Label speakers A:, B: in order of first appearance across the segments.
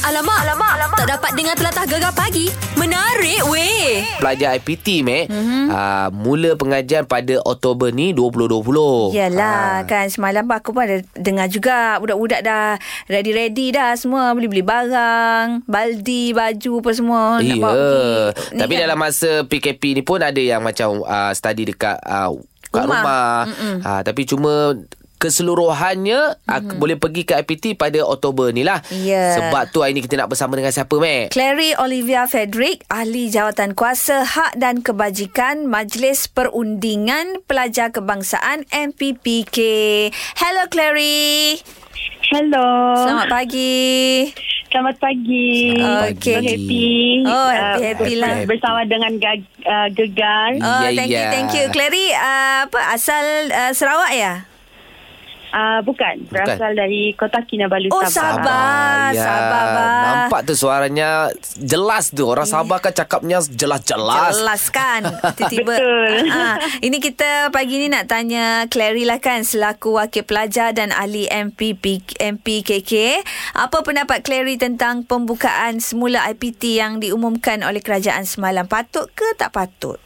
A: Alamak, alamak, alamak. Tak dapat dengar telatah gegar pagi. Menarik weh.
B: Pelajar IPT, Mek.
C: Mhm.
B: Mm-hmm. Uh, mula pengajian pada Oktober ni 2020. Ah.
C: Yalah ha. kan semalam pun aku pun ada dengar juga budak-budak dah ready-ready dah semua beli-beli barang, baldi, baju apa semua
B: Ya.
C: bawa pergi. Ni
B: Tapi dalam masa PKP ni pun ada yang macam uh, study dekat uh, kat
C: Rumah.
B: rumah. Ha, tapi cuma keseluruhannya mm-hmm. boleh pergi ke IPT pada Oktober ni lah.
C: Ya.
B: Sebab tu hari ni kita nak bersama dengan siapa, Mek?
C: Clary Olivia Frederick, ahli jawatan kuasa hak dan kebajikan Majlis Perundingan Pelajar Kebangsaan MPPK. Hello Clary.
D: Hello.
C: Selamat pagi.
D: Selamat pagi.
C: Selamat
B: pagi.
D: So happy.
C: Oh,
D: Uh,
C: happy-happy
B: lah.
D: Bersama dengan Gag, uh, Gegar.
B: Ya,
C: Oh, thank
B: ya.
C: you, thank you. Clary, uh, apa asal uh, Sarawak ya?
D: Uh, bukan. Berasal dari Kota Kinabalu,
C: Oh,
D: Sabah.
C: Sabar,
B: ya.
C: Ah, sabar, bah.
B: Nampak tu suaranya jelas tu. Orang Sabah kan cakapnya jelas-jelas.
C: Jelas kan Tiba-tiba
D: Betul.
C: Ah, Ini kita pagi ni nak tanya Clary lah kan Selaku wakil pelajar dan ahli MP, MPKK Apa pendapat Clary tentang pembukaan semula IPT Yang diumumkan oleh kerajaan semalam Patut ke tak patut?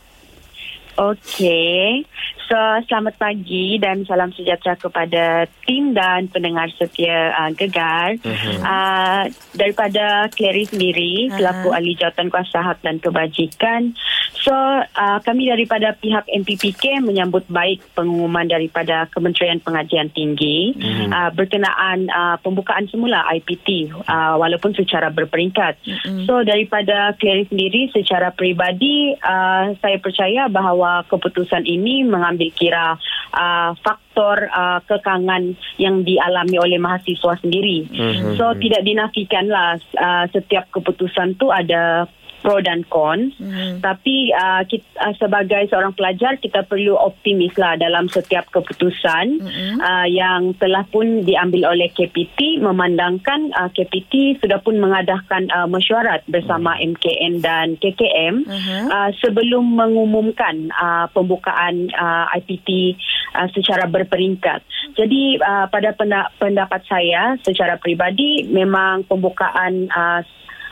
D: Okey. So, selamat pagi dan salam sejahtera kepada tim dan pendengar setia uh, Gegar.
B: Mhm.
D: Uh-huh. Uh, daripada Clary sendiri,
C: Ah.
D: uh-huh. selaku ahli jawatan kuasa hak dan kebajikan. So, uh, kami daripada pihak MPPK menyambut baik pengumuman daripada Kementerian Pengajian Tinggi uh-huh. uh, berkenaan uh, pembukaan semula IPT uh, walaupun secara berperingkat. Uh-huh. So, daripada Clary sendiri secara peribadi, uh, saya percaya bahawa keputusan ini mengambil kira uh, faktor uh, kekangan yang dialami oleh mahasiswa sendiri.
B: Mhm.
D: So tidak dinafikanlah uh, setiap keputusan tu ada pro dan kon.
C: Mhm.
D: Tapi uh, kita, uh, sebagai seorang pelajar kita perlu optimis lah dalam setiap keputusan
C: Mhm.
D: uh, yang telah pun diambil oleh KPT memandangkan uh, KPT sudah pun mengadakan uh, mesyuarat bersama MKN dan KKM
C: Mhm.
D: uh, sebelum mengumumkan uh, pembukaan uh, IPT uh, secara berperingkat. Jadi uh, pada penda- pendapat saya secara pribadi memang pembukaan uh,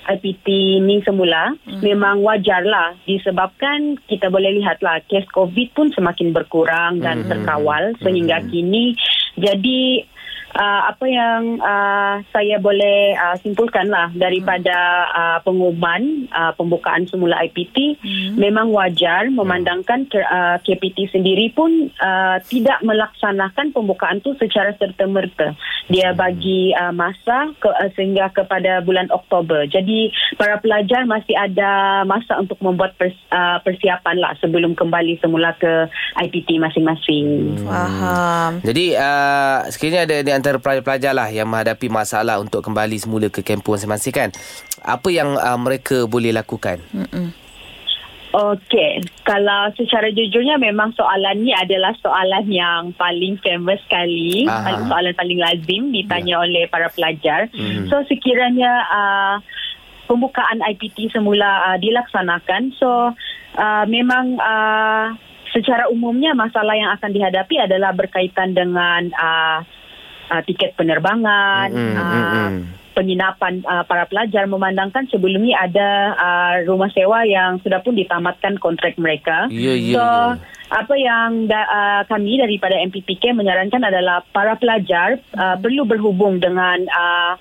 D: IPT ni semula mm-hmm. memang wajarlah disebabkan kita boleh lihatlah kes COVID pun semakin berkurang dan mm-hmm. terkawal sehingga mm-hmm. kini. Jadi uh, apa yang uh, saya boleh uh, simpulkanlah daripada uh, pengumuman uh, pembukaan semula IPT
C: Hmm.
D: memang wajar memandangkan ke, uh, KPT sendiri pun uh, tidak melaksanakan pembukaan tu secara serta-merta.
C: Hmm.
D: Dia bagi uh, masa ke, uh, sehingga kepada bulan Oktober. Jadi para pelajar masih ada masa untuk membuat pers, uh, persiapan lah sebelum kembali semula ke IPT masing-masing.
C: Faham
B: Jadi uh, sekiranya ada di antara pelajar-pelajar lah yang menghadapi masalah untuk kembali semula ke kampung masing-masing kan. Apa yang uh, mereka boleh lakukan?
C: Mm-mm.
D: Okey, kalau secara jujurnya memang soalan ni adalah soalan yang paling famous sekali,
B: Aha.
D: paling soalan paling lazim ditanya oleh para pelajar. So sekiranya uh, pembukaan IPT semula uh, dilaksanakan, so uh, memang uh, secara umumnya masalah yang akan dihadapi adalah berkaitan dengan uh, uh, tiket
E: kan.
D: penerbangan,
E: Hmm,
B: Mm-mm,
D: uh,
E: Ah,
B: mm-mm.
D: penginapan uh, para pelajar memandangkan sebelumnya ada uh, rumah sewa yang sudah pun ditamatkan kontrak mereka.
B: Ya, ya,
D: so,
B: ya.
D: apa yang da, uh, kami daripada MPPK menyarankan adalah para pelajar uh, perlu berhubung dengan uh,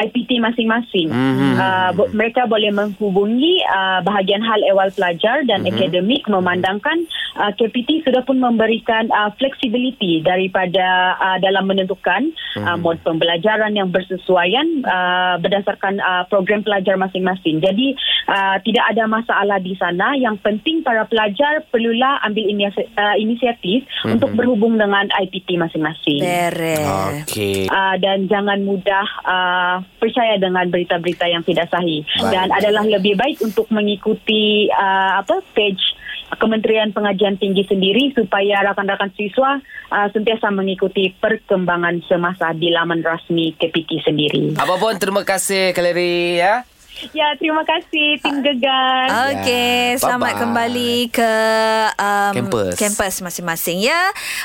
D: IPT masing-masing.
B: Mhm.
D: Uh, bo- mereka boleh menghubungi uh, bahagian hal ehwal pelajar dan
B: Mhm.
D: akademik memandangkan uh, KPT sudah pun memberikan uh, fleksibiliti daripada uh, dalam menentukan uh, mod pembelajaran yang bersesuaian uh, berdasarkan uh, program pelajar masing-masing. Jadi uh, tidak ada masalah di sana. Yang penting para pelajar perlulah ambil inia- uh, inisiatif untuk berhubung dengan IPT masing-masing.
C: Beres
B: Okey.
D: Uh, dan jangan mudah uh, percaya dengan berita-berita yang tidak sahih dan adalah lebih baik untuk mengikuti uh, apa page Kementerian Pengajian Tinggi sendiri supaya rakan-rakan siswa uh, sentiasa mengikuti perkembangan semasa di laman rasmi KPT sendiri.
B: Apa pun terima kasih Kaleri ya.
D: Ya, terima kasih tim Gegar.
C: Ah.
B: Ya,
C: Okey, selamat
B: bye-bye.
C: kembali ke um,
B: Kampus.
C: kampus masing-masing ya.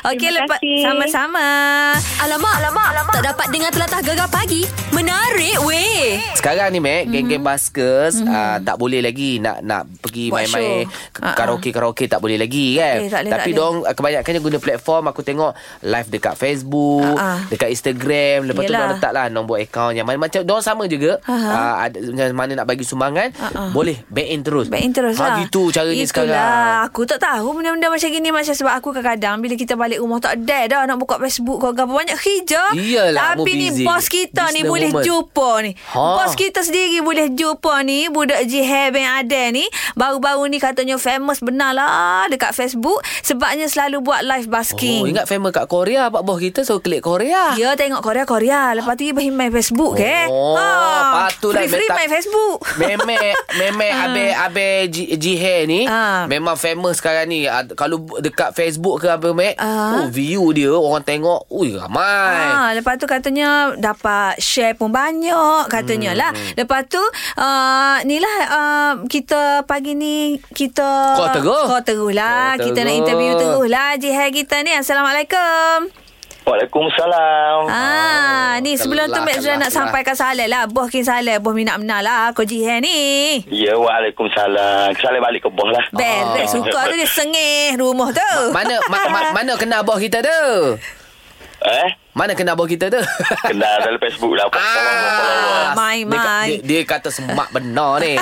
C: Okey,
D: Terima
C: lepas
D: kasih.
C: sama-sama.
A: Alamak, alamak, alamak. Tak dapat dengar telatah gegar pagi. Menarik weh.
B: Sekarang ni Mac Geng-geng
C: Mhm.
B: baskers mm-hmm. uh, Tak boleh lagi Nak nak pergi
C: Buat
B: main-main
C: show.
B: k-
C: Ah,
B: Karaoke-karaoke Tak boleh lagi kan
C: Eh, tak boleh,
B: Tapi
C: tak boleh.
B: dong Kebanyakannya guna platform Aku tengok Live dekat Facebook
C: Ah, ah.
B: Dekat Instagram Lepas tu
C: Yelah. Ha,
B: dong letak lah Dong buat account Yang mana macam Dong sama juga uh, ada, Yang mana nak bagi sumbangan
C: Ah,
B: Boleh Back in terus
C: Baik interest
B: ha,
C: lah
B: Gitu caranya
C: Itulah.
B: sekarang
C: Aku tak tahu benda-benda macam gini Macam sebab aku kadang-kadang Bila kita balik rumah Tak ada dah nak buka Facebook Kau gambar banyak hijau
B: Iyalah,
C: Tapi
B: mu
C: ni
B: busy.
C: bos kita ni
B: Business
C: Boleh
B: woman.
C: jumpa ni
B: Ha.
C: Bos kita sendiri Boleh jumpa ni Budak Jihad bin Aden ni Baru-baru ni katanya Famous benar lah Dekat Facebook Sebabnya selalu buat live
B: Oh,
C: basking
B: ingat famous kat Korea Pak Boh kita So klik Korea
C: Dia tengok Korea-Korea Lepas tu dia pergi main Facebook eh
B: Oh, patutlah
C: Free-free
B: letak-
C: main Facebook
B: Memek Memek Abe Abe Jihe ni
C: Ah.
B: Memang famous sekarang ni Ah, Kalau bu- dekat Facebook ke apa Mek
C: Ah.
B: Oh view dia Orang tengok Ui ramai
C: Ah, lepas tu katanya dapat share pun banyak katanya hmm. lah. Lepas tu uh, ni lah uh, kita pagi ni kita
B: Call terus.
C: Call terus lah.
B: Call
C: kita nak
B: terus.
C: interview terus lah Jihad kita ni. Assalamualaikum.
F: Waalaikumsalam.
C: Ah, ni sebelum
B: kelah,
C: tu Mek Zura
B: kelah,
C: nak
B: kelah.
C: sampaikan salam lah. Boh kin salam, boh minat benar lah kau Jihad ni.
F: Ya, waalaikumsalam. Salam balik ke bos lah.
C: Beres suka tu dia sengih rumah tu.
B: Mana ma- ma- Mana kena abah kita tu
F: Eh?
B: Mana kena abah kita tu
F: Kenal dalam Facebook lah. Apa ah.
B: Ah,
C: Mai,
B: dia,
C: mai.
B: dia, dia kata semak benar ni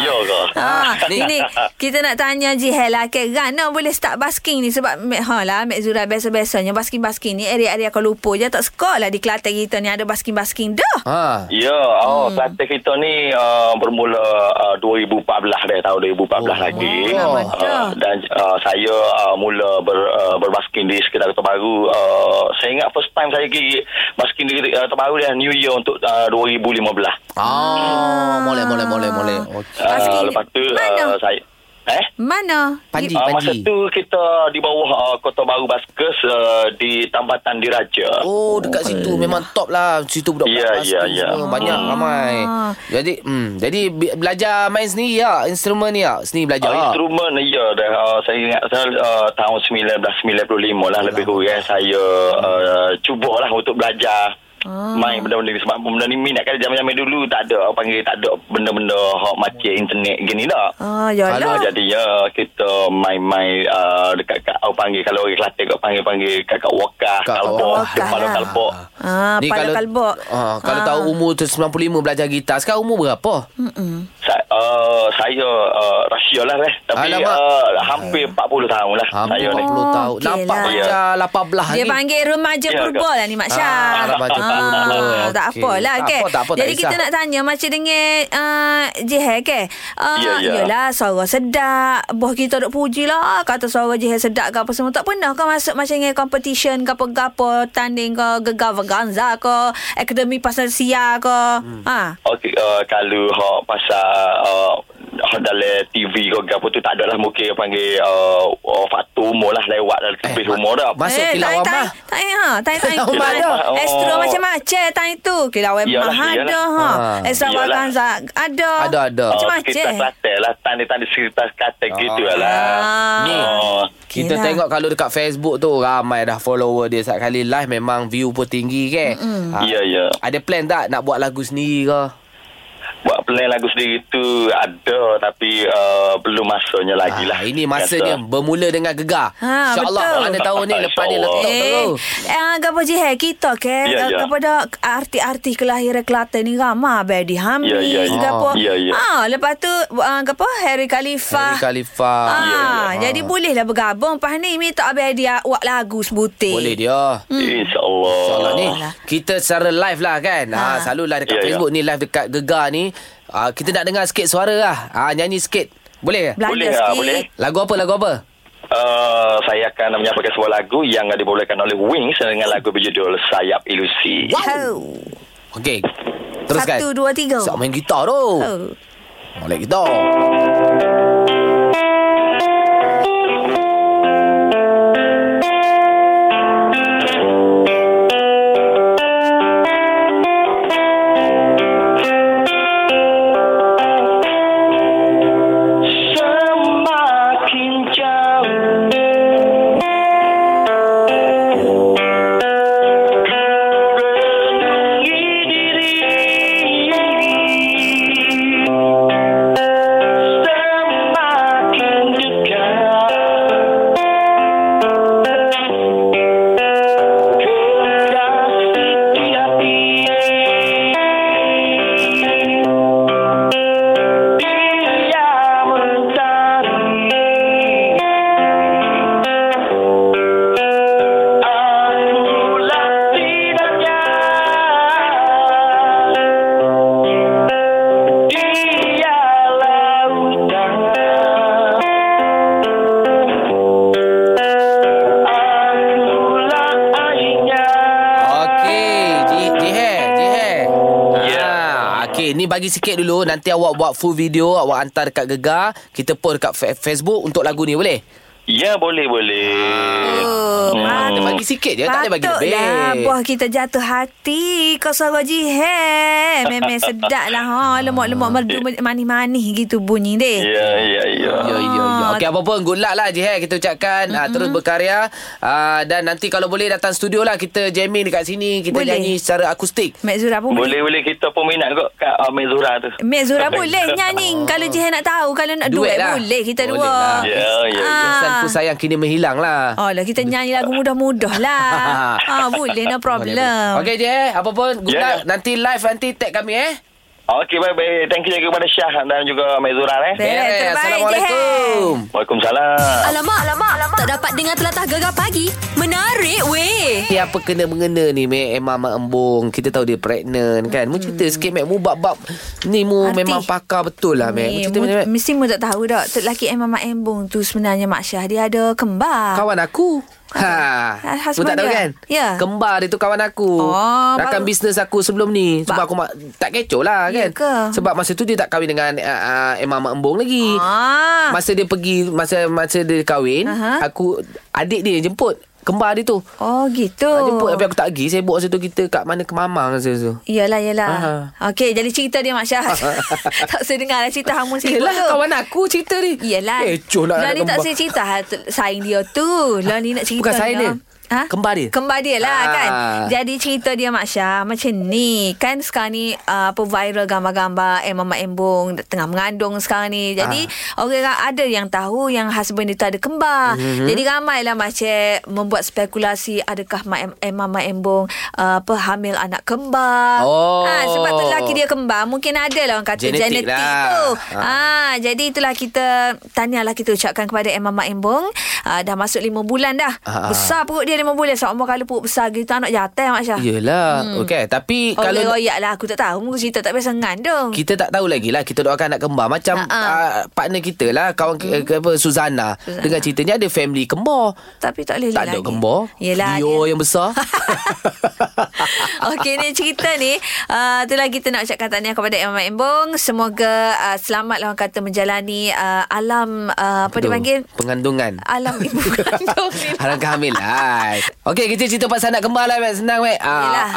F: Ya ke?
C: Ha,
B: Ni-
C: ni, ni kita nak tanya Jihel lah kerana boleh start basking ni sebab Mek ha lah Mek Zura biasa-biasanya basking-basking ni area-area Kuala Lumpur je tak sekol lah di Kelantan kita ni ada basking-basking dah.
B: ha.
F: Ya, oh, hmm. Kelantan kita ni uh, bermula uh, 2014 dah, tahun 2014 oh, lagi.
B: lama
C: dah.
F: uh, dan uh, saya uh, mula ber, uh, berbasking di sekitar Kota Baru. Uh, saya ingat first time saya pergi basking di uh, Kota Baru dah New Year untuk uh, 2015. Ah.
B: Oh, boleh, boleh, boleh, boleh.
C: Ah.
F: Uh,
B: Okey.
C: Basking
F: lepas tu
C: mana?
F: uh, saya... Eh?
C: Mana?
B: Panji,
F: Uh, masa
B: Panji.
F: tu kita di bawah uh, Kota Baru Baskes uh, di Tambatan Diraja.
B: Oh, dekat situ memang top lah. Situ budak-budak
F: Ya,
B: kelas
F: ya,
B: tu
F: ya.
B: semua. Banyak
C: Ah.
B: ramai. Jadi, hmm, jadi be- belajar main sendiri ya, instrumen ni ya, sendiri belajar.
F: Uh,
B: ah.
F: instrumen ya dah uh, saya ingat saya uh, tahun 1995 lah lebih kurang saya uh, cubalah untuk belajar main benda-benda ni sebab benda ni minat kan zaman-zaman dulu tak ada orang panggil tak ada benda-benda hak macam internet gini dah.
C: Ah,
F: Kalau
C: yalah.
F: jadi ya kita main-main uh, dekat kat aku panggil kalau orang Kelantan kau panggil panggil kakak wakah,
B: Kak
F: kalbok,
C: Wakah.
F: kalau kalbok.
C: Ah,
B: Ni
C: pala kalbok.
B: Ah, kalau
C: Ah.
B: tahu umur tu 95 belajar gitar, sekarang umur berapa?
F: Sa- uh, saya uh, rahsia lah eh. Tapi
B: Alamak. Ah.
F: uh, hampir 40 tahun lah
B: Hampir
F: saya ni.
B: 40 tahun.
C: Okey
B: Nampak
C: lah.
B: macam 18
C: Dia
B: ni.
C: panggil remaja
F: Ya,
C: purba lah ni Mak
B: Ah,
C: Syah. Ah,
B: remaja purba.
C: tak
B: Okey.
C: apalah
B: Tak
C: ke.
B: apa, tak apa, tak
C: Jadi kita
B: kisah.
C: nak tanya macam dengan uh, Jihad ke. Uh,
F: Ya, ya.
C: Yelah suara sedap. Boh kita duk puji lah kata suara Jihad sedap ke apa semua. Tak pernah kau masuk macam dengan competition ke apa-apa. Tanding ke gegar verganza ke. Akademi pasal sia ke.
B: Hmm.
C: Ha.
F: Okey, uh, kalau hak pasal uh, hak dalam TV ke apa tu tak adalah mungkin panggil uh, uh, faktor umur lah lewat dalam
B: Eh,
F: lebih umur dah.
B: Masuk kilau
C: tai-
B: amah.
C: tai- Tai ha, tai tai.
B: Kilau amah
F: dah.
C: Extra
F: Oh.
C: macam-macam tai tu. Kilau
F: Iyalah,
C: amah
F: iyalah.
C: ada ha.
B: Ha.
C: Extra
F: Iyalah.
C: vaganza ada.
B: Ada, ada.
F: Kita
C: Macam-macam. Ha,
F: Kelantan Uh, lah, tanda-tanda cerita kata gitu lah.
C: Ah.
B: Ni.
F: Oh.
B: Kita
C: Okey lah.
B: tengok kalau dekat Facebook tu ramai dah follower dia setiap kali live memang view pun tinggi ke. Ha,
F: Ya, ya.
B: Ada plan tak nak buat lagu sendiri ke?
F: Buat plan lagu sendiri tu ada tapi uh, belum masanya lagi lah.
B: Ah, ini masanya
F: Kata.
B: bermula dengan gegar.
C: Ha,
B: InsyaAllah
C: betul.
B: mana tahun ni lepas ni
F: InsyaAllah.
B: letak
C: Eh,
B: terus.
C: eh gapo je hai kita ke
F: Ya, ya.
C: kepada artis-artis kelahiran Kelantan ni ramai Badi
F: Ya,
C: Hamid
F: ya, ya.
C: gapo.
F: Ya, ya.
C: Ah, lepas tu uh, gapo Harry Khalifah.
B: Harry Khalifah.
C: Ah,
F: Ya,
B: ya.
C: jadi bolehlah bergabung pas ni minta Abang dia ah, buat lagu sebutin.
B: Boleh dia.
C: Hmm.
F: InsyaAllah.
B: Soalan ni kita secara live lah kan. Ha,
C: Ha.
B: selalu lah dekat
F: Ya, ya.
B: Facebook ni live dekat Gegar ni. Ha, kita nak dengar sikit suara lah. Ha, nyanyi sikit. Boleh ke?
C: Belanja
F: Boleh lah,
C: sikit.
F: boleh.
B: Lagu apa? Lagu apa?
F: Uh, saya akan menyampaikan sebuah lagu yang dibolehkan oleh Wings dengan lagu berjudul Sayap Ilusi.
C: Wow.
B: Okey. Teruskan.
C: Oh. Satu, dua, tiga.
B: Siap main gitar tu.
C: Oh.
B: Boleh gitar.
F: Sayap Ya.
B: Ha, Okey, ni bagi sikit dulu. Nanti awak buat full video, awak hantar dekat Gegar. Kita post dekat Fa- Facebook untuk lagu ni, boleh?
F: Ya, boleh, boleh.
C: Oh,
B: Ah, Dia
F: Hmm.
B: bagi sikit je, tak ada bagi lebih.
C: Patutlah Buah kita jatuh hati Kau suara jihe Memang sedap lah ha.
B: Hmm.
C: Lemak-lemak merdu manis-manis gitu bunyi deh
F: Ya, ya,
C: Ah.
F: ya.
B: Ya, ya, ya. Okey, apa pun good luck lah Jihad kita ucapkan. Mm-hmm. terus berkarya. Ah, dan nanti kalau boleh datang studio lah. Kita jamming dekat sini. Kita
C: Boleh.
B: boleh. nyanyi secara akustik.
C: Mek Zura pun
F: Boleh,
C: boleh.
F: boleh. Kita pun minat kot kat uh, Mek Zura tu.
C: Mek Zura boleh nyanyi Kalau Jihan nak tahu Kalau nak
B: Ah.
C: duet,
B: Duet lah.
C: Boleh kita
B: Boleh
C: dua
B: lah.
F: Ya, ya, ya.
C: Ah.
B: Kesan ku sayang kini menghilang lah.
C: Oh lah kita nyanyi lagu mudah-mudah lah ha, Boleh no problem
B: Okey Jihad, apa pun good
F: Ya,
B: luck.
F: ya.
B: Nanti live nanti tag kami eh.
F: Okey, baik-baik. Thank you juga kepada Syah dan juga Mek Zura eh.
C: Baik,
B: Beres.
C: terbaik,
B: Assalamualaaikum.
F: Waalaikumsalam.
A: Alamak, alamak, alamak. Tak dapat dengar telatah gegar pagi. Menarik weh.
B: Ni apa kena mengena ni Mek Emma Mak Embung Kita tahu dia pregnant kan Mu
C: Hmm.
B: cerita sikit Mek Mu bab-bab Ni mu
C: Arti.
B: memang pakar betul lah Mek Mu
C: Ni,
B: cerita
C: Eh, mu-
B: macam Mek.
C: Mesti mu tak tahu tak Tok Laki Emma Mak Embung tu Sebenarnya Mak Syah Dia ada kembar
B: Kawan aku
C: Ah,
B: Ha,
C: husband
B: Mu tak tahu
C: dia.
B: kan?
C: Ya.
B: Kembar dia tu kawan aku.
C: Oh,
B: Rakan
C: baru-
B: bisnes aku sebelum ni. Sebab
C: Ba-
B: aku mak, tak kecoh lah
C: Ya
B: kan.
C: ke?
B: Sebab masa tu dia tak kahwin dengan uh, uh, Emma Mak Embong lagi.
C: Ah.
B: Masa dia pergi masa masa dia kahwin,
C: Aha.
B: aku adik dia yang jemput kembar dia tu.
C: Oh gitu
B: Oh. Jemput tapi aku tak pergi. Sibuk masa tu kita kat mana Kemamang masa tu.
C: Yalah, yalah.
B: Aha.
C: Okey, jadi cerita dia Mak Syah. tak saya dengar lah cerita hamun sibuk
B: Yelah
C: tu.
B: kawan aku cerita ni.
C: Yelah.
B: Kecoh nak nak
C: Lah ni tak
B: kembar.
C: saya cerita ha, tu- saing dia tu. Lah ni nak cerita. Ha?
B: Bukan saing dia. Kembar dia?
C: Kembar dia lah
B: Ah.
C: kan. Jadi cerita dia Mak Syah macam ni. Kan sekarang ni uh, apa viral gambar-gambar eh mama embung tengah mengandung sekarang ni. Jadi
B: Ah.
C: orang ada yang tahu yang husband dia tu ada kembar.
B: Mhm.
C: Mm-hmm. Jadi ramailah macam membuat spekulasi adakah mak em, eh, mama embung uh, apa hamil anak kembar.
B: Oh.
C: Ha, sebab tu lelaki dia kembar mungkin ada lah orang kata
B: Genetik
C: genetik, genetik
B: lah.
C: tu.
B: Ah.
C: Ha. Ah, jadi itulah kita tahniahlah kita ucapkan kepada Emma Mak Embong. Ah, dah masuk lima bulan dah.
B: Ah.
C: Ah. Besar perut dia lima bulan. Seumur kali perut besar gitu anak jatah Mak Syah.
B: Yelah. Hmm. Okey, tapi
C: Oh,
B: kalau
C: kalau royak lah aku tak tahu Mungkin cerita tak biasa ngandung
B: kita tak tahu lagi lah kita doakan anak kembar macam
C: Ha, ha.
B: uh, partner kita lah kawan hmm. apa Suzana,
C: Suzana.
B: dengan ceritanya ada family kembar
C: Tapi tak boleh
B: tak
C: lagi
B: ada kembar
C: Yelah
B: Dio yang besar
C: Okey ni cerita ni uh, Itulah kita nak ucapkan tahniah kepada Emma Embong Semoga uh, selamat lah orang kata menjalani uh, alam uh, Apa
B: Betul.
C: dipanggil
B: pengandungan
C: Alam ibu kandung ni lah.
B: Alang kehamilan Okey kita cerita pasal nak kembar lah Mat. Senang Mat
C: Yelah.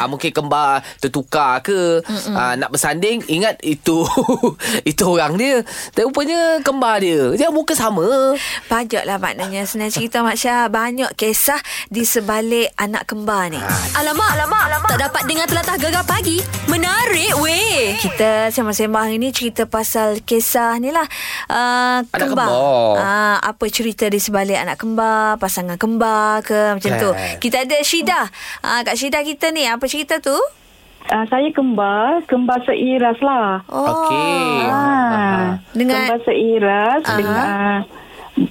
B: ah, ah, Mungkin kembar tertukar ke ah, Nak bersanding Ingat itu Itu orang dia Tapi rupanya kembar dia Dia muka sama
C: Banyaklah maknanya lah, Senang cerita Mak Syah Banyak kisah Di sebalik anak kembar ni
B: Ah.
A: Alamak, alamak, alamak. Tak dapat dengar telatah gegar pagi. Menarik weh.
C: kita sembang-sembang hari ni cerita pasal kisah ni lah uh,
B: Anak
C: kembar.
B: kembar.
C: Ah, apa cerita di sebalik anak kembar, pasangan kembar ke macam tu.
B: Kan.
C: Kita ada Syida. Ah, Kak Syida kita ni apa cerita tu?
G: Uh, saya kembar, kembar seiras lah.
C: Oh.
B: Okey
G: Ah,
C: Dengan-
G: kembar seiras
C: Aha.
G: dengan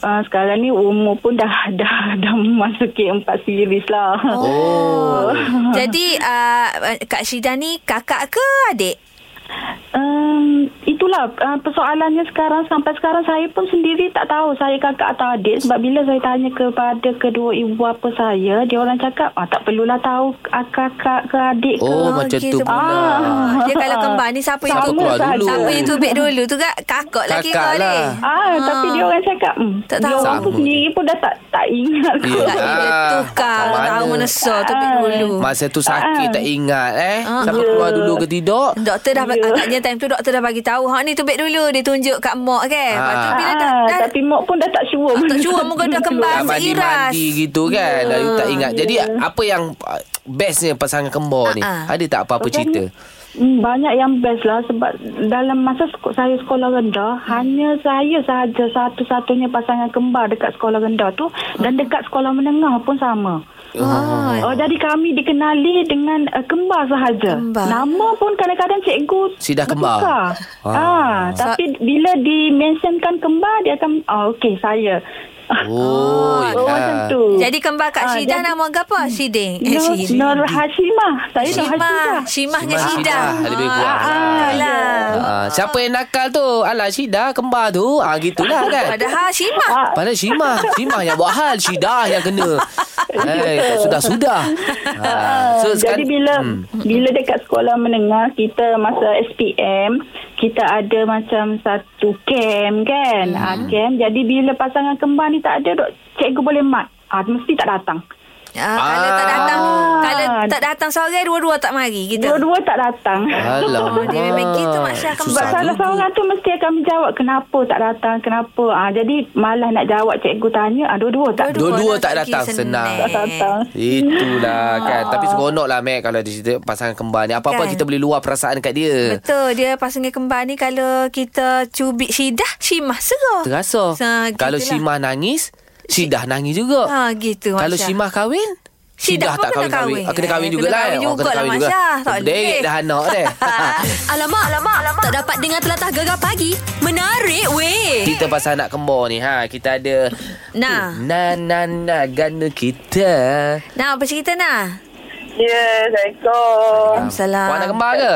G: uh, sekarang ni umur pun dah dah dah memasuki empat series lah.
C: Oh. Jadi uh, Kak Syida ni kakak ke adik?
G: Um, itulah uh, persoalannya sekarang sampai sekarang saya pun sendiri tak tahu saya kakak atau adik sebab bila saya tanya kepada kedua ibu apa saya dia orang cakap ah tak perlulah tahu ah, kakak ke adik ke
B: Oh, macam
C: okey,
B: tu
C: sebab-
B: pula.
C: Ah, Dia kalau kembar ni siapa yang
B: Siapa keluar dulu?
C: Siapa yang tubik dulu tu kak? Kakak lagi
B: Kakak
C: kau
B: lah.
C: ni.
G: Ah, tapi dia orang cakap hmm,
C: Tak
G: dia
C: tahu.
G: orang pun
B: Sama.
G: sendiri pun dah tak tak ingat
B: Ya.
G: kot.
C: Kakak
B: Ah,
C: dia tukar
B: macam
C: Tahu
B: mana?
C: menesor Tubik dulu
B: Masa tu sakit
G: Ah.
B: tak ingat eh
C: Ah,
B: Sampai keluar dulu ke tidak
C: Doktor dah
G: Ya.
C: yeah. agaknya time tu doktor dah bagi tahu hak ni tubik dulu dia tunjuk kat mak kan. Lepas tu
B: Ah.
C: bila dah,
G: Ah,
C: dah Ah,
G: tapi mak pun dah tak sure.
C: tak sure muka dah kembar.
B: Dah
C: seiras.
B: mandi-mandi gitu kan Lalu tak
C: Ya,
B: ingat Jadi apa yang ah, Bestnya pasangan kembar ni
C: Ah, ah.
B: Ada tak apa-apa cerita
G: Hmm, Banyak yang best lah sebab dalam masa seko- saya sekolah rendah hanya saya sahaja satu-satunya pasangan kembar dekat sekolah rendah tu dan dekat sekolah menengah pun sama.
C: Ah.
G: Oh, jadi kami dikenali dengan uh, kembar sahaja.
C: Kembar.
G: Nama pun kadang-kadang cikgu
B: Sidah kembar.
G: bertukar.
B: Ah.
G: Ah. tapi bila dimensionkan kembar dia akan oh okey saya.
B: Oh,
G: Oh, macam tu.
C: Jadi kembar Kak
G: Ah,
C: Syidah
G: jadi-
C: nama ke apa? Syiding.
G: Nur,
C: Eh, Syiding.
G: Nur Hashimah. Saya Nur
C: Shimah.
G: Hashimah.
C: Shimah dengan
B: Shimah,
C: Syidah.
B: Syidah. Lebih kurang
C: Ah,
B: lah.
C: ah,
G: ya.
C: lah.
B: Ah, siapa yang nakal tu? Alah Syida kembar tu. Ah gitulah kan.
C: Padahal Shimah.
B: Padahal Syimah Syimah yang buat hal Syidah yang kena Eh, sudah sudah. ha. So
E: Ah, Jadi
B: sekarang
E: bila hmm. bila dekat sekolah menengah kita masa SPM kita ada macam satu camp kan. Hmm. Ha, camp. Jadi bila pasangan kembar ni tak ada dok cikgu boleh mat. Ah ha, mesti tak datang.
C: Ah, kalau tak
B: Ah.
C: datang kalau tak datang sore dua-dua tak mari kita.
E: Dua-dua tak datang.
B: Alamak.
C: dia memang gitu, Mak Syah,
E: Sebab
B: Susah
E: salah
B: juga.
E: seorang tu mesti akan menjawab kenapa tak datang, kenapa. Ah ha, jadi malah nak jawab cikgu tanya, ah dua-dua tak
B: Dua-dua tak
C: orang
B: datang,
C: pergi
B: senang.
E: tak datang.
B: Itulah kan Tapi seronok lah Mac Kalau dia cerita pasangan kembar ni Apa-apa
C: Kan.
B: kita boleh luar perasaan kat dia
C: Betul dia pasangan kembar ni kalau kita cubit sidah Syimah serah.
B: Terasa
C: Ha,
B: Kalau
C: gitulah.
B: Syimah nangis Sidah nangis juga
C: Ha gitu Mak
B: Kalau
C: Syah.
B: Syimah kahwin
C: Sidah
B: Sidah
C: pun
B: tak
C: kena
B: kahwin-kahwin
C: kahwin.
B: Ah, Kena kahwin
C: Eh,
B: juga lah
C: kena kahwin jugalah, Mak Syah. Tak boleh.
B: Berderet dah anak deh
A: alamak, alamak, alamak. Tak dapat dengar telatah gegar pagi. Menarik weh.
B: Cerita pasal anak kembar ni ha, Kita ada
C: Nah.
B: Na na na Gana kita
C: Nah apa cerita nah?
H: Ya, Assalamualaikum.
C: Salam.
B: Awak nak kembar ke?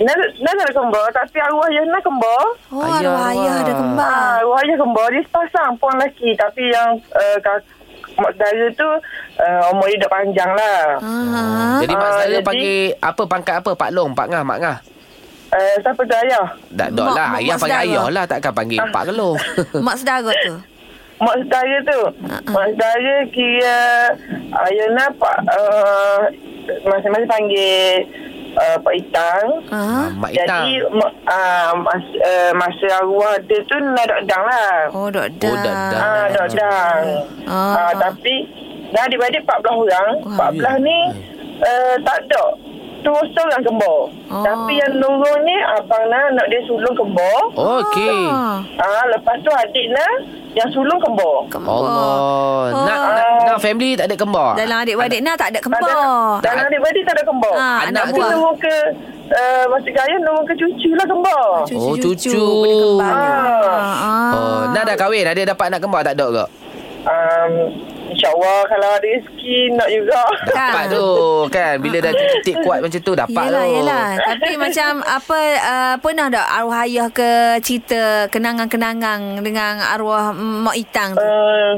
H: Nak nak ada kembar tapi arwah yang nak kembar.
C: Oh
B: Ayah,
C: ayah, ayah
B: awak.
C: ada kembar.
H: Ah, arwah yang kembar dia sepasang puan lelaki tapi yang uh, kak, mak saudara tu uh, umur dia dah panjang lah.
C: Ah.
B: Jadi mak
H: Ah,
B: saya
H: jadi-
B: panggil Apa pangkat apa? Pak Long, Pak Ngah, Mak Ngah
H: Uh, siapa tu ayah?
B: Tak dok
C: Mak-
B: lah
C: mak-
B: Ayah
C: mak
B: panggil
C: saudara.
B: ayah lah Takkan panggil
H: Ah.
B: Pak Kelong
C: Mak saudara tu.
H: Mak saudara tu.
C: Uh-uh.
H: Mak saudara kira ah, ayah nak pak uh, masing-masing panggil uh, Pak Itang.
C: Ah.
B: Mak Ita
H: Jadi ma- ah, mas, uh, masa arwah dia tu nak dang lah.
C: Oh dok dah.
B: Oh, dok dah.
H: Ah, dah dah.
C: Ah.
H: Ah. ah tapi dah adik-adik 14 orang.
C: Wah,
H: 14 ni
B: Hmm.
H: uh, tak ada. Terus orang kembar.
C: Ah.
H: Tapi yang nurung ni abang nak nak dia sulung kembar.
B: Okey
C: Ah.
H: Ah lepas tu adik nak yang sulung kembar.
C: Kembar.
B: Allah Nak, nak, nak family tak ada kembar
C: Oh. Dalam adik-beradik nah tak
H: ah. Tak ada,
C: ada kembar.
H: dalam adik-adik tak ada kembar.
C: Ah,
H: Ah,
B: anak
H: anak buah
B: buah.
H: nurung ke uh, masih kaya nurung ke cucu lah kembar.
B: Oh, cucu.
C: Boleh kembar.
H: Ah.
C: Ah.
B: Oh, nak dah kahwin Ada dapat anak kembar tak dok ke?
H: Um, InsyaAllah kalau ada rezeki nak juga.
B: Dapat
C: Kan.
B: tu kan Bila dah titik kuat macam tu Dapat
C: yelah,
B: tu
C: Yelah, Tapi macam apa uh, pernah tak arwah ayah ke cerita kenangan-kenangan dengan arwah mak itang tu?
H: uh,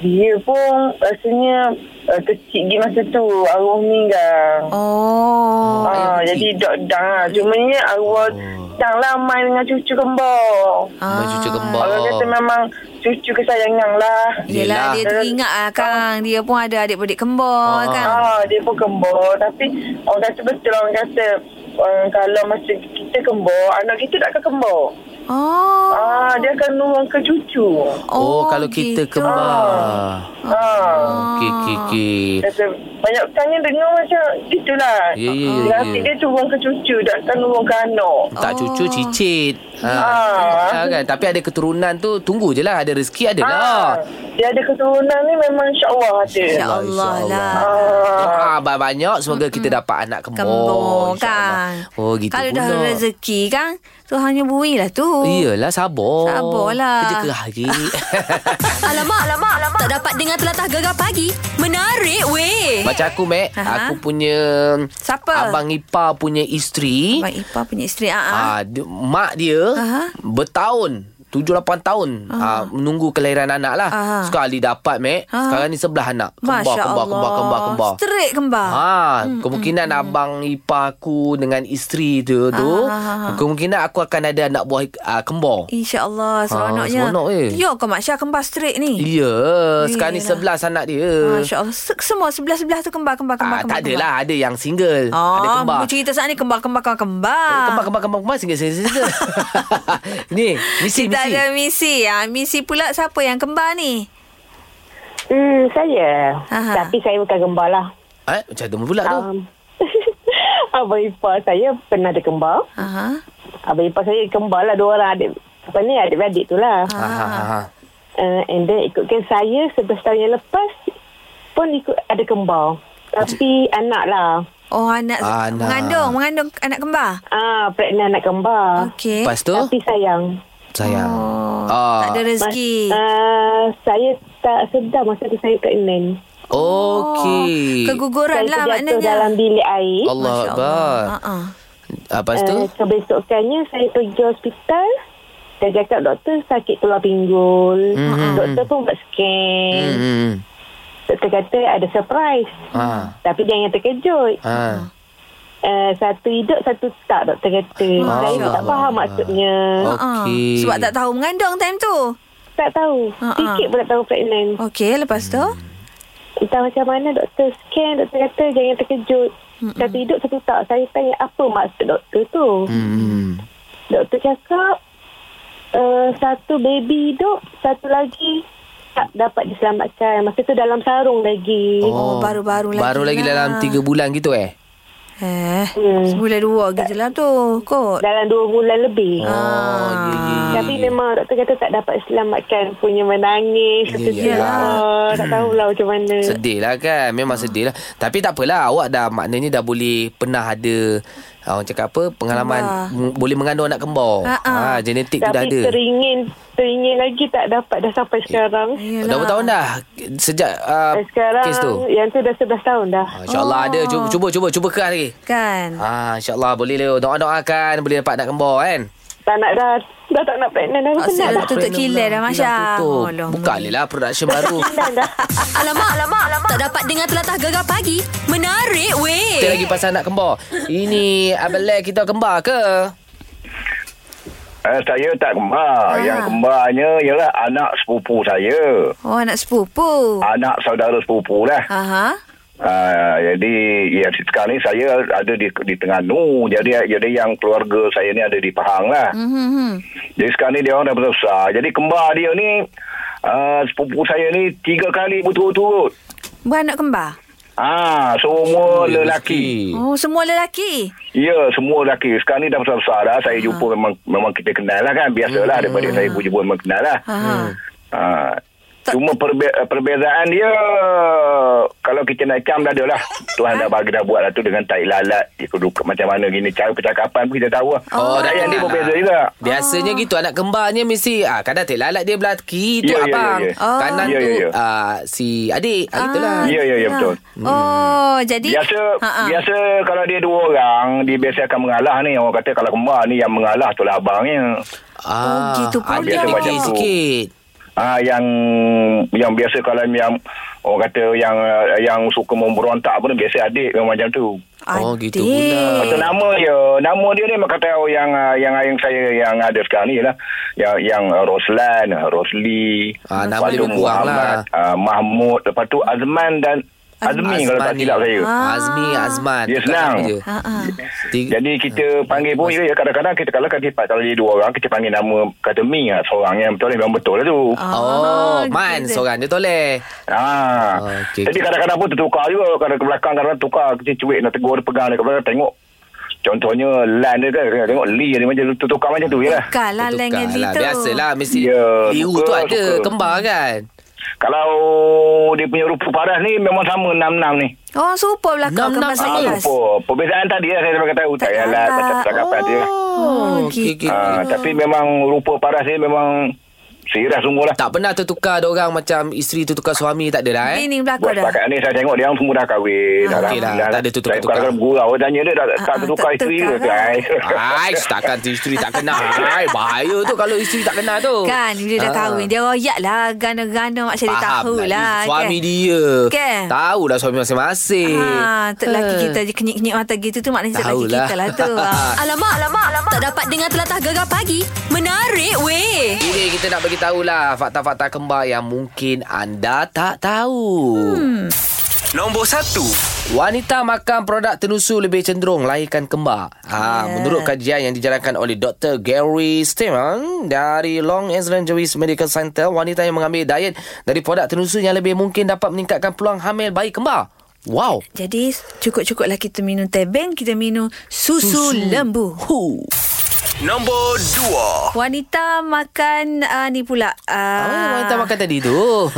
H: dia pun rasanya uh, kecil dia masa tu arwah meninggal.
C: Oh.
H: Ah,
B: ayah
H: jadi dok dang lah. Cuma ni arwah
B: Oh.
H: dang lah main dengan cucu kembar.
B: Memang cucu kembar
H: Orang kata memang cucu kesayangan lah.
B: Yelah.
C: Yelah, dia teringat lah Kang. Dia pun ada adik-adik kembar
B: Ah.
C: kan.
H: Ah, dia pun kembar. Tapi orang kata betul orang kata uh, kalau macam kita kembar, anak kita tak akan kembar.
C: Oh.
H: Ah, dia akan nurun ke cucu.
B: Oh, kalau kita
C: gitu.
B: kembar
H: Ah.
C: Oh.
B: Okey, okey, okey
H: Kata banyak tanya dengar macam gitulah.
B: Ya, ya, ya,
H: Dia
B: ya.
H: Hati dia turun ke cucu, dia akan turun ke anak.
C: Oh.
B: tak cucu cicit ha.
H: Ah.
B: ha. kan Tapi ada keturunan tu Tunggu je lah Ada rezeki ada lah
H: Ah, dia ada keturunan ni memang insyaAllah ada.
C: InsyaAllah
B: InsyaAllah,
C: lah.
H: Ah,
B: Doa banyak-banyak Semoga kita dapat anak kembar
C: Kembar
B: InsyaAllah.
C: kan.
B: Oh gitu
C: Kalau
B: pula
C: dah rezeki kan, tu hanya bui lah tu.
B: Iyalah sabar
C: Sabarlah.
B: Kerja kerahgi
A: Alamak, alamak, alamak. Tak dapat dengar telatah gegar pagi. Menarik weh.
B: Macam aku Mac Aku
C: Aha.
B: punya
C: Siapa?
B: Abang Ipa punya isteri
C: Mak Ipah punya isteri. Ah, ah.
B: ah, dia, Mak dia
C: Aha.
B: Bertahun 7-8 tahun ah, Menunggu kelahiran anak lah
C: Aha.
B: Sekali dapat Mac
C: Aha.
B: Sekarang ni sebelah anak Kembar
C: Masya
B: kembar,
C: Allah.
B: kembar kembar kembar
C: Straight kembar.
B: Ha,
C: mm,
B: kemungkinan abang ipar aku dengan isteri dia tu,
C: Ah, ah, ah.
B: kemungkinan aku akan ada anak buah uh, kembar.
C: InsyaAllah seronoknya.
B: seronok, eh.
C: Ya ke Mak Syah kembar straight ni?
B: Ya, sekarang ni
C: Yelah.
B: sebelas anak dia.
C: MasyaAllah. Se- Semua sebelah-sebelah tu kembar, kembar,
B: Ah,
C: kembar. kembar
B: tak adalah, ada yang single,
C: Oh,
B: ada kembar. Eh,
C: cerita saat ni kembar, kembar, kembar, kembar.
B: Kembar, kembar, kembar, kembar, single, single, single. ni, misi,
C: Kita
B: misi.
C: ada misi. Ha, misi pula siapa yang kembar ni?
E: Hmm, saya.
C: Aha.
E: Tapi saya bukan gembar lah.
B: Eh, macam mana pula tu?
E: Um, abang ipar saya pernah ada kembar.
C: Aha.
E: Abang ipar saya kembar lah dua orang adik. Apa ni adik-beradik tu lah.
B: Ha, ha, ha, ha.
E: Uh, and then ikutkan saya 11 tahun yang lepas pun ikut ada kembar. Tapi anak lah.
C: Oh, anak
B: Anak.
C: mengandung, mengandung anak kembar.
E: Ah, pregnant anak kembar.
C: Okey.
B: Lepas tu,
E: Tapi sayang.
B: sayang.
C: Oh,
B: Ah.
C: tak ada
E: Mas-
C: rezeki.
E: Ah, saya tak sedar masa tu saya pregnant.
B: Okey.
E: saya
C: Keguguran lah
E: terjatuh
C: maknanya.
E: dalam bilik air.
B: Allah
C: Masya
B: Akbar.
C: Uh-uh.
B: Ah, Lepas tu,
E: Uh, kebesokannya saya pergi hospital. Dia
C: Mm-hmm.
E: cakap doktor sakit tulang pinggul.
B: Hmm.
E: Doktor pun buat scan.
B: hmm, hmm.
E: Doktor kata ada surprise.
B: Ha.
E: Tapi jangan terkejut.
B: Ha.
C: Ah,
E: Uh, satu hidup, satu tak doktor kata.
B: Ah,
E: Saya
B: Allah.
E: tak faham maksudnya.
B: Okey.
C: Ah, Sebab tak tahu mengandung time tu.
E: Tak tahu.
C: Ah, ah.
E: Sikit pula tahu pregnant. Hmm.
C: Okey, lepas tu?
E: Entah macam mana doktor scan, doktor kata jangan terkejut.
C: Hmm,
E: Satu hidup, satu tak. Saya tanya apa maksud doktor tu.
B: Hmm.
E: Doktor cakap uh, satu baby hidup, satu lagi tak dapat diselamatkan. Masa tu dalam sarung lagi.
C: Oh, baru-baru lagi
B: Baru lagi
C: lah.
B: dalam 3 bulan gitu eh?
C: Eh,
E: Hmm.
C: sebulan dua ke je lah tu. Kot. Ah,
E: Dalam dua bulan lebih.
B: Oh, ya, ya, ya.
E: Tapi memang doktor kata tak dapat selamatkan punya menangis.
B: Ya,
E: Yeah,
B: ya.
E: yeah. Tak tahulah macam mana.
B: Sedih lah kan Memang
C: Ah.
B: sedih lah Tapi tak apalah Awak dah maknanya dah boleh Pernah ada ah, Orang cakap apa Pengalaman
C: Kembar.
B: m- Boleh mengandung anak kembar
C: Ha, ha.
B: ha, Genetik tu dah
E: Tapi
B: ada
E: teringin, teringin lagi tak dapat dah sampai sekarang.
C: Yelah.
B: Dah berapa tahun dah Sejak uh,
E: Eh, sekarang
B: Kes tu
E: yang tu dah 11 tahun dah.
B: Ah, InsyaAllah oh. ada Cuba cuba cuba, cuba keras lagi
C: Kan?
B: Ah, InsyaAllah boleh Leo Doa-doakan Boleh dapat anak kembar kan
E: Tak nak dah, dah tak nak pregnant dah.
C: Asyik
E: Penat
C: dah
E: dah.
C: tutup kilat dah Masya. Oh,
B: Tutup
C: Allah.
B: Buka je lah production baru
E: Penat dah.
A: Alamak, alamak, alamak. Tak dapat dengar telatah gegar pagi. Menarik
B: Kita
A: weh.
B: lagi pasal anak kembar Ini Abang Lek kita kembar ke
I: Eh, saya tak kembar.
C: Ah.
I: Yang kembarnya ialah anak sepupu saya.
C: Oh, anak sepupu.
I: Anak saudara sepupu lah.
C: Aha.
I: Ah, jadi ya sekarang ni saya ada di di Terengganu. Jadi jadi yang keluarga saya ni ada di Pahang lah.
C: Hmm.
I: Jadi sekarang ni dia orang dah besar. Jadi kembar dia ni uh, sepupu saya ni tiga kali berturut-turut.
C: Beranak kembar?
I: Ah, semua
B: Ya,
I: lelaki.
B: rezeki.
C: Oh, semua lelaki.
I: Ya, semua lelaki. Sekarang ni dah besar-besar dah.
B: Ah.
I: Saya jumpa memang memang kita kenal lah kan. Biasalah
B: Hmm.
I: daripada saya pun jumpa memang kenal lah.
C: Ha.
I: Ah.
C: Tak-
I: Cuma perbe- perbezaan dia kalau kita nak cam dah ada lah. Tuhan
B: Ah.
I: dah bagi dah buat lah tu dengan tai lalat, ikut macam mana gini cara percakapan pun kita tahu lah.
B: Oh, dah
I: Saya yang dia
B: kenal
I: berbeza
B: lah.
I: juga. Ya,
B: Biasanya gitu anak kembarnya mesti ah kadang tak lalat dia belah kiri tu
I: Ya, ya, ya,
B: abang.
I: ya. Oh.
B: Kanan
I: Ya,
B: tu
I: ya, ya.
B: ah si adik. Hmm. Ah, itulah.
I: Ya, ya, ya
C: itulah.
I: betul.
C: Oh, jadi ha.
I: Biasa
C: Ha-ha.
I: biasa kalau dia dua orang, dia biasa akan mengalah ni. Orang kata kalau kembar ni yang mengalah tu lah abangnya.
B: Ah,
C: gitu pula.
B: Adik fikir
I: Macam tu.
B: sikit.
I: Ah yang yang biasa kalau yang orang kata yang yang suka memberontak pun biasa adik memang macam tu.
C: Ah,
B: Oh, gitu
C: Adik.
B: pula.
I: Pasal nama dia, nama dia ni memang kata oh, yang ah, yang yang saya yang ada sekarang ni lah. Yang yang ah, Roslan, ah, Rosli,
B: Ah, nama
I: lepas
B: dia
I: tu
B: lebih kurang lah.
I: Muhammad, ah, Mahmud, lepas tu Azman dan Azmi kalau tak
B: Azman
I: silap
B: ni. Ah,
I: saya.
C: Ah.
B: Azmi Azman.
I: Dia
B: Tukar
I: senang.
B: nama je.
C: Ha-ha.
B: Tiga- Ah.
I: Jadi kita panggil pun ya, kadang-kadang kita kalau kita kalau dia dua orang kita panggil nama kata Mi lah seorang yang betul memang betul lah tu. Ah.
B: Oh,
C: Ah,
B: Man
C: gitu.
B: seorang dia toleh. Ah, okey.
I: Jadi kadang-kadang pun tertukar juga kadang ke belakang kadang-kadang tukar kita cuik nak tegur dia pegang dia ke belakang tengok. Contohnya Lan dia kan kadang-kadang tengok Lee dia macam tu tukar macam tu je lah.
C: Kalah
B: Dia
C: lengan
B: tukar lah.
C: itu.
B: Biasalah mesti
I: Ya,
B: liu
I: suka,
B: tu ada
I: suka.
B: kembar kan.
I: Kalau dia punya rupa paras ni memang sama 66 ni.
C: Oh, serupa belakang
B: Enam,
C: ke
B: enam,
C: masa
B: enam.
I: Ah,
C: kelas.
I: rupa. Perbezaan tadi lah saya sampai tahu tak yalah
C: larat.
I: tak cakapan dia.
C: Oh,
B: okey,
C: gitu.
B: okey.
I: Ah, tapi memang rupa paras ni memang sirah sungguh lah.
B: Tak pernah tertukar orang macam isteri tertukar suami tak ada dah eh.
C: Ini
I: Buat
C: belakang dah.
I: setakat ni saya tengok dia orang semua dah kahwin.
B: Ah, okey lah. Tak ada
I: Saya
B: tukar-tukar.
I: kadang-kadang bergurau. Tanya dia dah tak- tak
C: Ah, ah,
I: tertukar
C: tak
I: isteri ke?
C: tukar.
B: Ai, takkan tu isteri tak kenal. Ai, bahaya tu kalau isteri tak kenal tu.
C: Kan, bila dah
B: Ah.
C: kahwin. Dia royak lah. Gana-gana mak cari tahu lah.
B: Suami
C: kan?
B: dia.
C: Kan?
B: Tahu lah suami masing-masing.
C: Ha, tak lelaki
B: Eh.
C: kita je kenyik-kenyik mata gitu tu maknanya Ah, tak lelaki
B: Tahulah.
C: kita lah tu. Ah.
A: Alamak, alamak, alamak. Tak dapat dengar telatah gegar pagi. Menarik weh.
C: Eh.
B: Ini kita nak bagi tahulah fakta-fakta kembar yang mungkin anda tak tahu. Hmm.
J: Nombor satu.
B: Wanita makan produk tenusu lebih cenderung lahirkan kembar. Ha, Menurut kajian yang dijalankan oleh Dr. Gary Steeman dari Long Island Jewish Medical Center, wanita yang mengambil diet dari produk tenusu yang lebih mungkin dapat meningkatkan peluang hamil bayi kembar. Wow.
C: Jadi, cukup-cukuplah kita minum tebing, kita minum susu, lembu.
B: Huh.
J: Nombor dua.
C: Wanita makan uh, ni pula. Uh,
B: Oh, wanita makan tadi tu.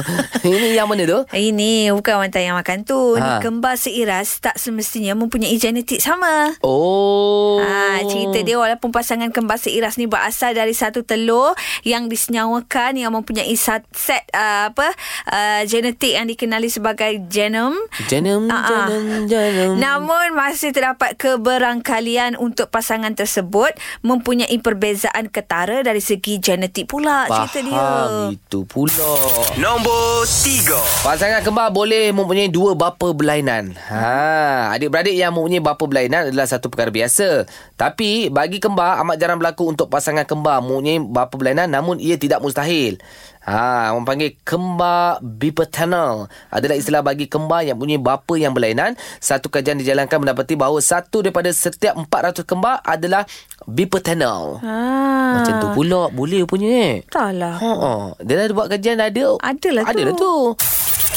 B: Ini yang mana tu?
C: Ini bukan wanita yang makan tu. Ni
B: Ha.
C: kembar seiras tak semestinya mempunyai genetik sama.
B: Oh.
C: Ha, cerita dia walaupun pasangan kembar seiras ni berasal dari satu telur yang disenyawakan yang mempunyai sat, set uh, apa uh, genetik yang dikenali sebagai genom.
B: Janum,
C: Ah, ah.
B: janum, janum.
C: Namun masih terdapat keberangkalian untuk pasangan tersebut mempunyai mempunyai perbezaan ketara dari segi genetik pula cerita dia.
B: Faham itu pula.
J: Nombor tiga.
B: Pasangan kembar boleh mempunyai dua bapa berlainan. Ha, adik-beradik yang mempunyai bapa berlainan adalah satu perkara biasa. Tapi bagi kembar amat jarang berlaku untuk pasangan kembar mempunyai bapa berlainan namun ia tidak mustahil. Ha, orang panggil kembar bipaternal adalah istilah bagi kembar yang punya bapa yang berlainan. Satu kajian dijalankan mendapati bahawa satu daripada setiap 400 kembar adalah bipaternal. Ha. Macam tu pula boleh punya eh.
C: Ah. Entahlah.
B: Ha, oh. dia dah buat kajian dah ada.
C: Adalah tu.
B: Adalah tu.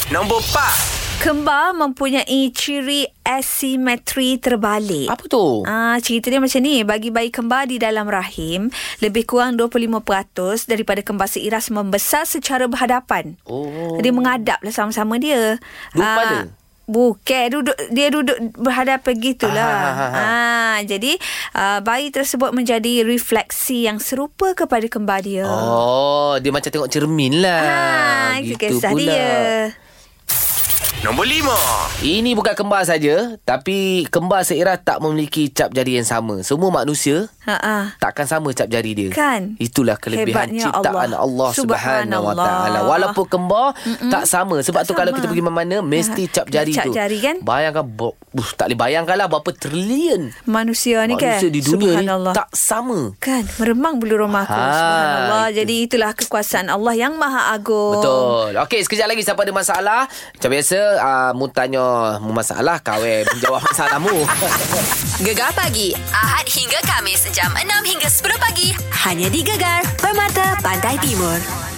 J: Nombor empat.
C: Kembar mempunyai ciri asimetri terbalik.
B: Apa tu?
C: Ah, cerita dia macam ni. Bagi bayi kembar di dalam rahim, lebih kurang 25% daripada kembar seiras membesar secara berhadapan.
B: Oh.
C: Jadi mengadaplah sama-sama dia.
B: Duduk
C: Ah,
B: pada?
C: Bukan duduk dia duduk berhadapan gitulah.
B: Ah,
C: Ah,
B: ah, ah,
C: jadi ah, bayi tersebut menjadi refleksi yang serupa kepada kembar dia.
B: Oh, dia macam tengok cermin lah.
C: Ah, itu kisah dia.
J: Nombor lima.
B: Ini bukan kembar saja, tapi kembar seirah tak memiliki cap jari yang sama. Semua manusia
C: Ha ah.
B: takkan sama cap jari dia.
C: Kan?
B: Itulah kelebihan
C: Hebatnya
B: ciptaan Allah,
C: Allah.
B: Allah Subhanahu Wa Taala.
C: Subhanallah.
B: Walaupun kembar Mm-mm. tak sama sebab
C: Tak
B: tu kalau
C: sama.
B: kita pergi mana-mana mesti
C: Ha,
B: cap
C: kena
B: jari
C: cap
B: tu.
C: jari, kan?
B: Bayangkan bo- uh, tak boleh bayangkanlah berapa trilion
C: Manusia ni kan.
B: manusia di dunia ni
C: Subhanallah.
B: tak sama.
C: Kan Meremang bulu rumahku
B: Ha,
C: Subhanallah
B: itu.
C: Jadi itulah kekuasaan Allah Yang maha agung
B: Betul. Okey, sekejap lagi siapa ada masalah. Macam biasa, uh, mu tanya mu masalah, kau eh menjawab masalahmu.
A: Gegar pagi Ahad hingga Kamis jam 6 hingga 10 pagi hanya di Gegar Permata Pantai Timur.